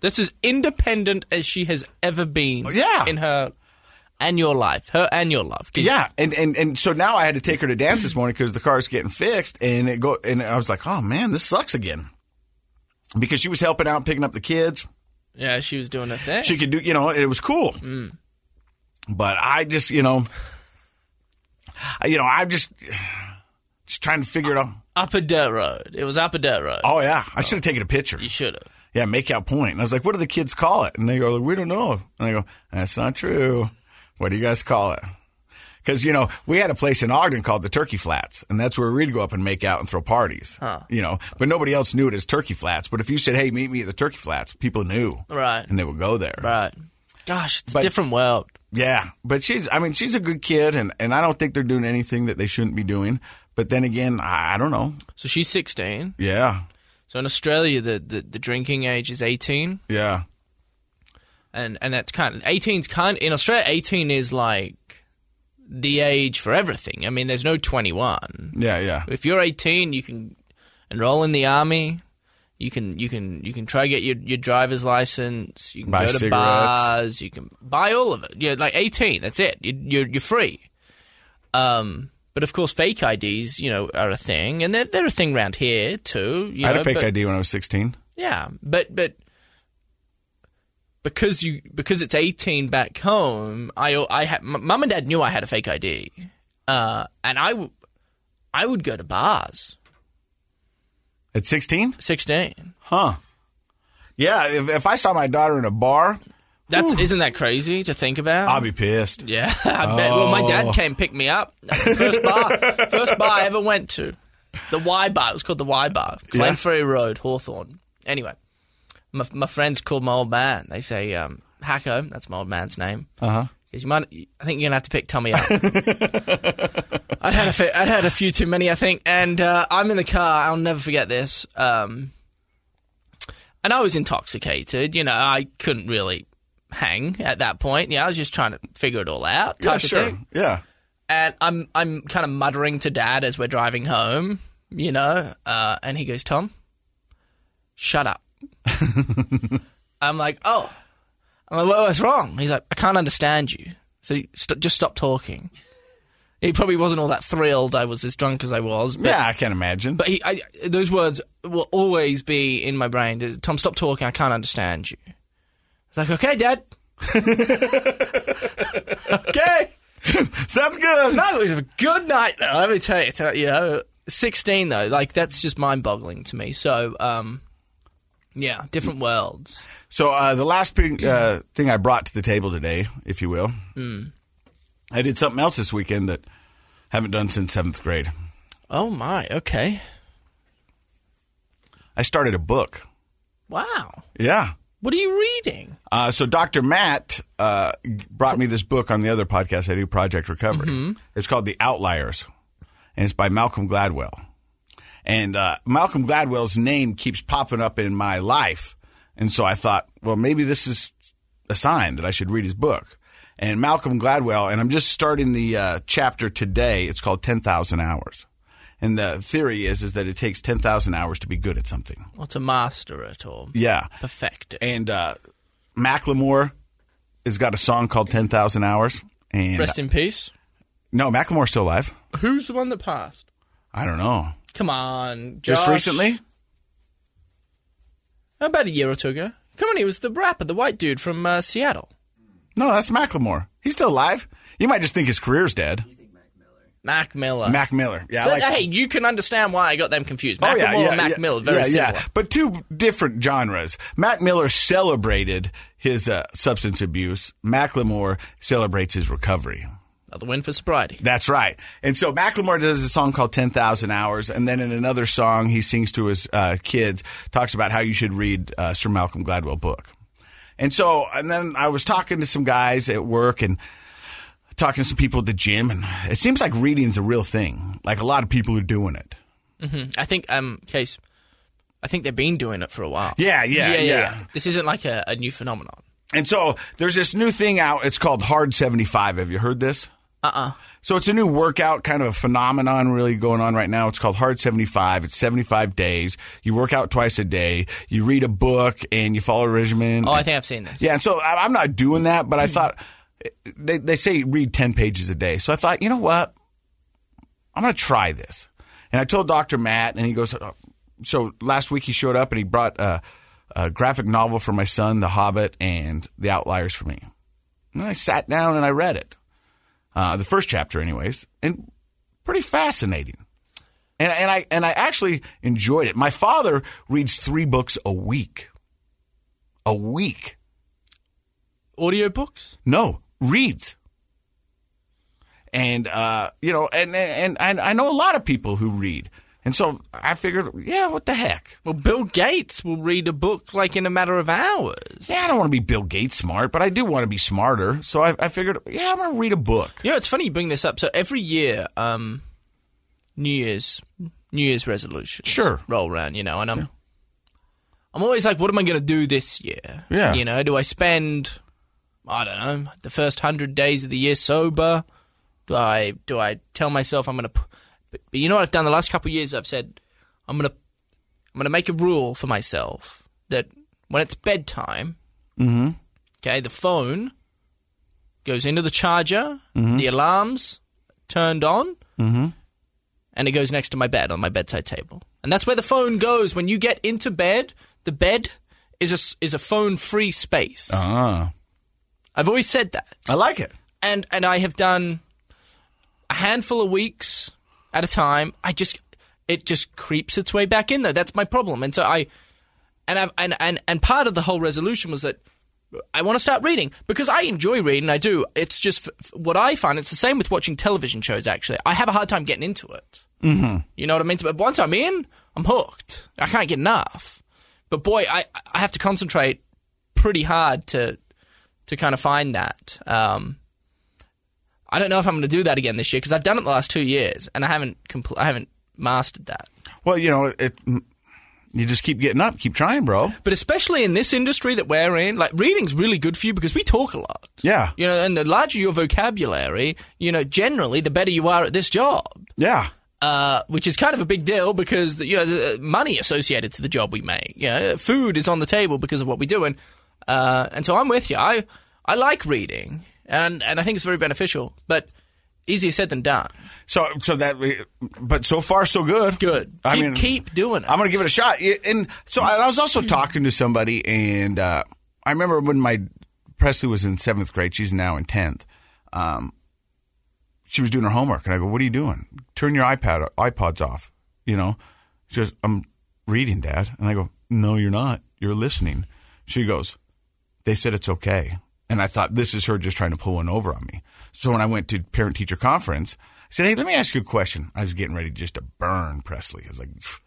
B: that's as independent as she has ever been.
A: Oh, yeah.
B: in her and your life, her and your love.
A: yeah, and, and and so now I had to take her to dance this morning because the car's getting fixed, and it go and I was like, oh man, this sucks again, because she was helping out picking up the kids.
B: yeah. She was doing her thing.
A: she could do you know it was cool but i just you know I- you know i'm just just trying to figure it out
B: up a dirt road. It was up a dirt road.
A: oh yeah i should have taken a picture
B: You should have.
A: yeah make out point and i was like what do the kids call it and they go we don't know and i go that's not true what do you guys call it because you know we had a place in ogden called the turkey flats and that's where we'd go up and make out and throw parties you know but nobody else knew it as turkey flats but if you said hey meet me at the turkey flats people knew
B: Right.
A: and they would go there
B: Right. Gosh, it's
A: But-
B: a different world.
A: Yeah, but she's I mean she's a good kid and and I don't think they're doing anything that they shouldn't be doing. But then again, I, I don't know.
B: So she's 16.
A: Yeah.
B: So in Australia, the, the, the drinking age is 18.
A: Yeah.
B: and and that's kind of 18's kind in Australia 18 is like the age for everything. I mean, there's no 21.
A: Yeah, yeah.
B: If you're 18, you can enroll in the army. You can you can you can try get your, your driver's license. You can
A: Buy
B: go to
A: cigarettes.
B: bars. You can buy all of it. Yeah, like 18. That's it. You, you're you're free. Um, but of course, fake IDs, you know, are a thing, and they're they're a thing around here too. You
A: I had
B: know,
A: a fake
B: but-
A: ID when I was 16.
B: yeah, but but because you because it's eighteen back home, I I had m- mum and dad knew I had a fake ID, uh, and I w- I would go to bars
A: At 16?
B: sixteen.
A: Huh. Yeah, if, if I saw my daughter in a bar,
B: That's isn't that crazy to think about?
A: I'll be pissed.
B: yeah, [laughs] I bet. Well, my dad came pick me up. at the First bar, first bar I ever went to, the Y bar. It was called the Y bar, Glenferrie Road, Hawthorne. Anyway, my my friends called my old man. They say um, Hacko. That's my old man's name. Uh
A: Uh-huh.
B: huh. You might, I think you're gonna have to pick Tommy up. [laughs] I'd had a few, I'd had a few too many, I think, and uh, I'm in the car. I'll never forget this. Um, and I was intoxicated. You know, I couldn't really hang at that point. Yeah, I was just trying to figure it all out. Type
A: Yeah,
B: of
A: sure.
B: thing.
A: Yeah.
B: And I'm I'm kind of muttering to Dad as we're driving home. You know, uh, and he goes, "Tom, shut up." I'm like, "Oh." I'm like, well, what's wrong? He's like, I can't understand you. So you st- just stop talking. He probably wasn't all that thrilled. I was as drunk as I was. But
A: Yeah, I can imagine.
B: but he, I, those words will always be in my brain. Tom, stop talking. I can't understand you. It's like, okay, Dad. [laughs] okay.
A: [laughs] Sounds good.
B: No, it was a good night. Though, let me tell you. It's, uh, You know, sixteen though, like that's just mind-boggling to me. So, um, yeah, different worlds.
A: So uh, the last big, uh, thing I brought to the table today, if you will, I did something else this weekend that I haven't done since seventh grade.
B: Oh my. Okay.
A: I started a book.
B: Wow.
A: Yeah.
B: What are you reading?
A: Uh, so Dr. Matt uh, brought me this book on the other podcast I do, Project Recovery. It's called The Outliers, and it's by Malcolm Gladwell. And uh, Malcolm Gladwell's name keeps popping up in my life, and so I thought, well, maybe this is a sign that I should read his book. And Malcolm Gladwell, and I'm just starting the uh, chapter today. It's called Ten Thousand Hours, and the theory is is that it takes ten thousand hours to be good at something.
B: Or to master it or
A: Yeah,
B: perfect it.
A: and uh, Macklemore has got a song called 10,000 Hours. And
B: Rest in peace.
A: no, Macklemore's still alive.
B: Who's the one that passed?
A: I don't know.
B: Come on, Josh.
A: Just recently?
B: About a year or two ago. Come on, he was the rapper, the white dude from uh, Seattle.
A: No, that's Macklemore. He's still alive. You might just think his career's dead.
B: Mac Miller.
A: Mac Miller. Yeah, I
B: But,
A: like
B: Uh, hey, you can understand why I got them confused.
A: Oh,
B: Mac
A: yeah,
B: Miller
A: yeah,
B: and Mac
A: yeah,
B: Miller, very
A: yeah,
B: similar.
A: Yeah. But two different genres. Mac Miller celebrated his uh, substance abuse. Macklemore celebrates his recovery.
B: Another win for sobriety.
A: That's right. And so Macklemore does a song called 10,000 Hours. And then in another song he sings to his uh, kids, talks about how you should read uh, Sir Malcolm Gladwell book. And so, and then I was talking to some guys at work and talking to some people at the gym. And it seems like reading's a real thing. Like a lot of people are doing it.
B: I think, um, case, I think they've been doing it for a while.
A: Yeah, yeah,
B: yeah.
A: yeah.
B: This isn't like a, a new phenomenon.
A: And so there's this new thing out. It's called Hard 75. Have you heard this?
B: Uh uh
A: So it's a new workout kind of a phenomenon really going on right now. It's called Hard 75. It's 75 days. You work out twice a day. You read a book and you follow a regimen.
B: Oh, I think I've seen this.
A: Yeah, and so I- I'm not doing that, but I thought they, they say read 10 pages a day. So I thought, you know what? I'm going to try this. And I told Dr. Matt, and he goes, uh, so last week he showed up and he brought a, a graphic novel for my son, The Hobbit, and The Outliers for me. And I sat down and I read it, uh, the first chapter, anyways, and pretty fascinating. And, and I and I actually enjoyed it. My father reads three books a week. A week.
B: Audiobooks?
A: No, reads. And uh, you know, and, and and I know a lot of people who read, and so I figured, yeah, what the heck?
B: Well, Bill Gates will read a book like in a matter of hours.
A: Yeah, I don't want to be Bill Gates smart, but I do want to be smarter. So I, I figured, yeah, I'm going to read a book.
B: You know, it's funny you bring this up. So every year, um, New Year's New Year's resolutions
A: Sure.
B: roll around, you know, and I'm I'm always like, what am I going to do this year?
A: Yeah.
B: you know, do I spend I don't know the first hundred days of the year sober? Do I do I tell myself I'm going to? But but you know what I've done the last couple of years? I've said I'm going to I'm going to make a rule for myself that when it's bedtime, okay, the phone goes into the charger, the alarms turned on, and it goes next to my bed on my bedside table. And that's where the phone goes when you get into bed. The bed is a s- is a phone free space.
A: Ah,
B: I've always said that,
A: I like it.
B: and and I have done a handful of weeks at a time. I just it just creeps its way back in though. That's my problem, and so I. and I've, and and and part of the whole resolution was that I want to start reading because I enjoy reading. I do. It's just f- f- what I find. It's the same with watching television shows. Actually, I have a hard time getting into it. Mm-hmm. You know what I mean? But once I'm in, I'm hooked. I can't get enough. But boy, I I have to concentrate pretty hard to to kind of find that. Um, I don't know if I'm going to do that again this year because I've done it the last two years and I haven't compl- I haven't mastered that.
A: Well, you know, it, you just keep getting up, keep trying, bro.
B: But especially in this industry that we're in, like reading's really good for you because we talk a lot.
A: Yeah.
B: You know, and the larger your vocabulary, you know, generally the better you are at this job,
A: Yeah.
B: uh, which is kind of a big deal because you know the uh, money associated to the job we make, you know, food is on the table because of what we do, and uh, and so I'm with you. I I like reading, and and I think it's very beneficial, but easier said than done.
A: So, so that, but so far so good.
B: Good.
A: I
B: keep,
A: mean,
B: keep doing it.
A: I'm going to give it a shot. Y- And so I I was also talking to somebody, and uh, I remember when my Presley was in seventh grade. She's now in tenth. Um, she was doing her homework, and I go, "What are you doing? Turn your iPad iPods off." You know, she goes, "I'm reading, Dad," and I go, "No, you're not. You're listening." She goes, "They said it's okay," and I thought this is her just trying to pull one over on me. So when I went to parent teacher conference, I said, "Hey, let me ask you a question." I was getting ready just to burn Presley. I was like. "Pfft,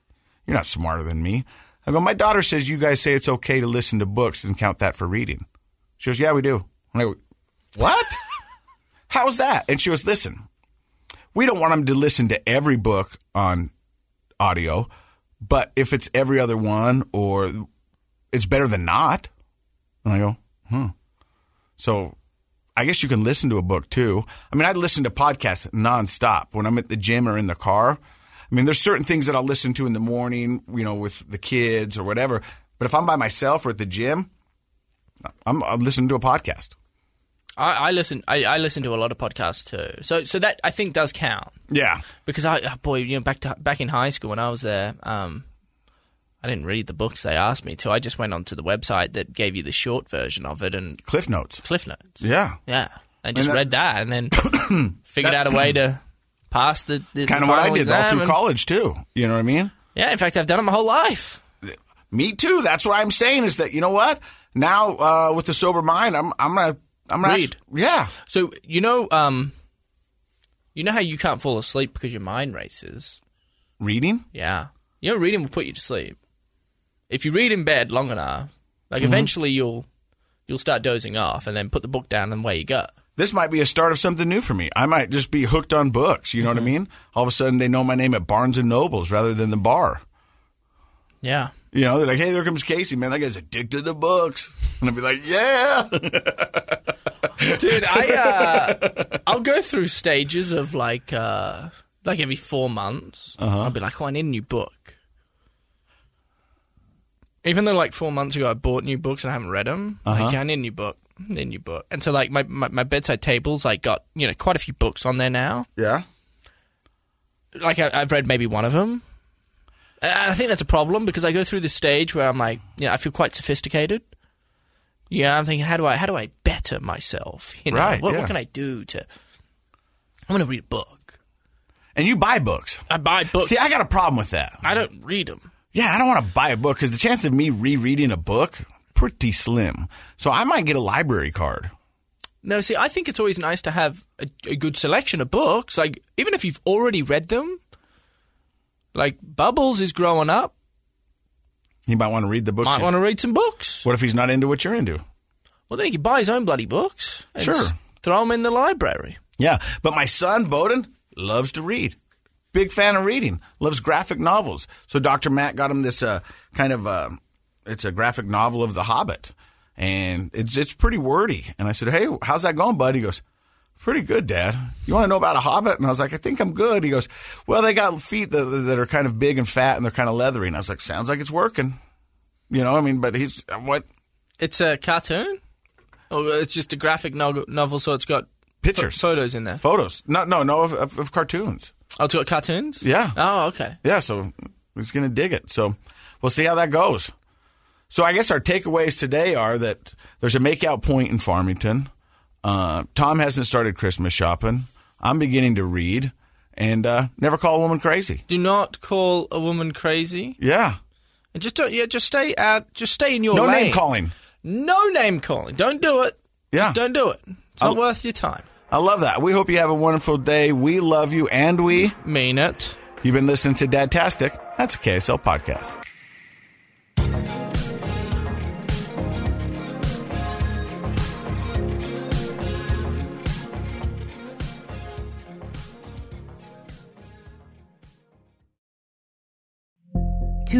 A: you're not smarter than me. I go, my daughter says you guys say it's okay to listen to books and count that for reading. She goes, yeah, we do. And I go, what? [laughs] How's that? And she goes, listen, we don't want them to listen to every book on audio, but if it's every other one or it's better than not. And I go, hmm. So I guess you can listen to a book too. I mean, I listen to podcasts nonstop when I'm at the gym or in the car. I mean, there's certain things that I'll listen to in the morning, you know, with the kids or whatever. But if I'm by myself or at the gym, I'm, I'm listening to a podcast.
B: I, I listen. I, I listen to a lot of podcasts too. So, so that I think does count
A: Yeah.
B: because I, oh boy, you know, back to back in high school when I was there, um, I didn't read the books they asked me to. I just went onto the website that gave you the short version of it and
A: Cliff Notes.
B: Cliff Notes.
A: Yeah.
B: yeah, and just
A: And that-
B: read that and
A: [coughs]
B: then figured out a way to pass the, the
A: Kind of
B: the
A: what I
B: final
A: did all
B: exam
A: through
B: and-
A: college too. You know what I mean?
B: Yeah, in fact, I've done it my whole life.
A: Me too. That's what I'm saying is that you know what? Now uh, with the sober mind, I'm I'm gonna I'm gonna
B: Read.
A: act- yeah.
B: So you know, um, you know how you can't fall asleep because your mind races.
A: Reading.
B: Yeah. You know, reading will put you to sleep. If you read in bed long enough, like eventually you'll you'll start dozing off and then put the book down and away you go.
A: this might be a start of something new for me. I might just be hooked on books. You know what I mean? All of a sudden, they know my name at Barnes and Nobles rather than the bar.
B: Yeah.
A: You know, they're like, "Hey, there comes Casey, man. That guy's addicted to books." And I'd be like, "Yeah."
B: Dude, I uh, I'll go through stages of like uh like every four months. I'll be like, Oh, I need a new book. Even though like four months ago I bought new books and I haven't read them, like yeah, I need a new book, I need a new book. And so like my, my, my bedside tables, I got you know quite a few books on there now.
A: yeah.
B: like I, I've read maybe one of them. And I think that's a problem because I go through this stage where I'm like, you know, I feel quite sophisticated. Yeah, I'm thinking, how do I how do I better myself? [laughs] You know,
A: Right,
B: what,
A: yeah.
B: what can I do to? I'm going to read a book.
A: And you buy books.
B: I buy books.
A: See, I got a problem with that.
B: I don't read them.
A: Yeah, I don't want to buy a book because the chance of me rereading a book pretty slim. So I might get a library card.
B: No, see, I think it's always nice to have a, a good selection of books. Like, even if you've already read them, like Bubbles is growing up,
A: He might want to read the books.
B: might want to read some books.
A: what if he's not into what you're into?
B: Well, then he can buy his own bloody books. And
A: Sure.
B: s- Throw them in the library.
A: Yeah, but my son Bowden loves to read. Big fan of reading. Loves graphic novels. So Dr. Matt got him this uh, kind of uh, it's a graphic novel of The Hobbit, and it's it's pretty wordy. And I said, "Hey, how's that going, bud?" He goes, "Pretty good, Dad. You want to know about a Hobbit?" And I was like, "I think I'm good." He goes, "Well, they got feet that, that are kind of big and fat, and they're kind of leathery." And I was like, "Sounds like it's working." You know, I mean, but he's what
B: It's a cartoon? Or it's just a graphic no- novel, so it's got
A: pictures,
B: photos in there.
A: photos? No, no, no, of, of, of cartoons.
B: Oh, it's got cartoons?
A: Yeah.
B: Oh, okay.
A: yeah, so he's going to dig it. So we'll see how that goes. So I guess our takeaways today are that there's a makeout point in Farmington. Uh, Tom hasn't started Christmas shopping. I'm beginning to read, and uh, never call a woman crazy.
B: Do not call a woman crazy.
A: Yeah,
B: And just don't, yeah, just stay out. Just stay in your
A: No
B: lane.
A: name calling.
B: No name calling. Don't do it.
A: Yeah. Oh.
B: Just don't do it. It's
A: I'll-
B: not worth your time.
A: I love that. We hope you have a wonderful day. We love you, and we.
B: Mean it.
A: You've been listening to Dadtastic. That's a KSL podcast.
F: Two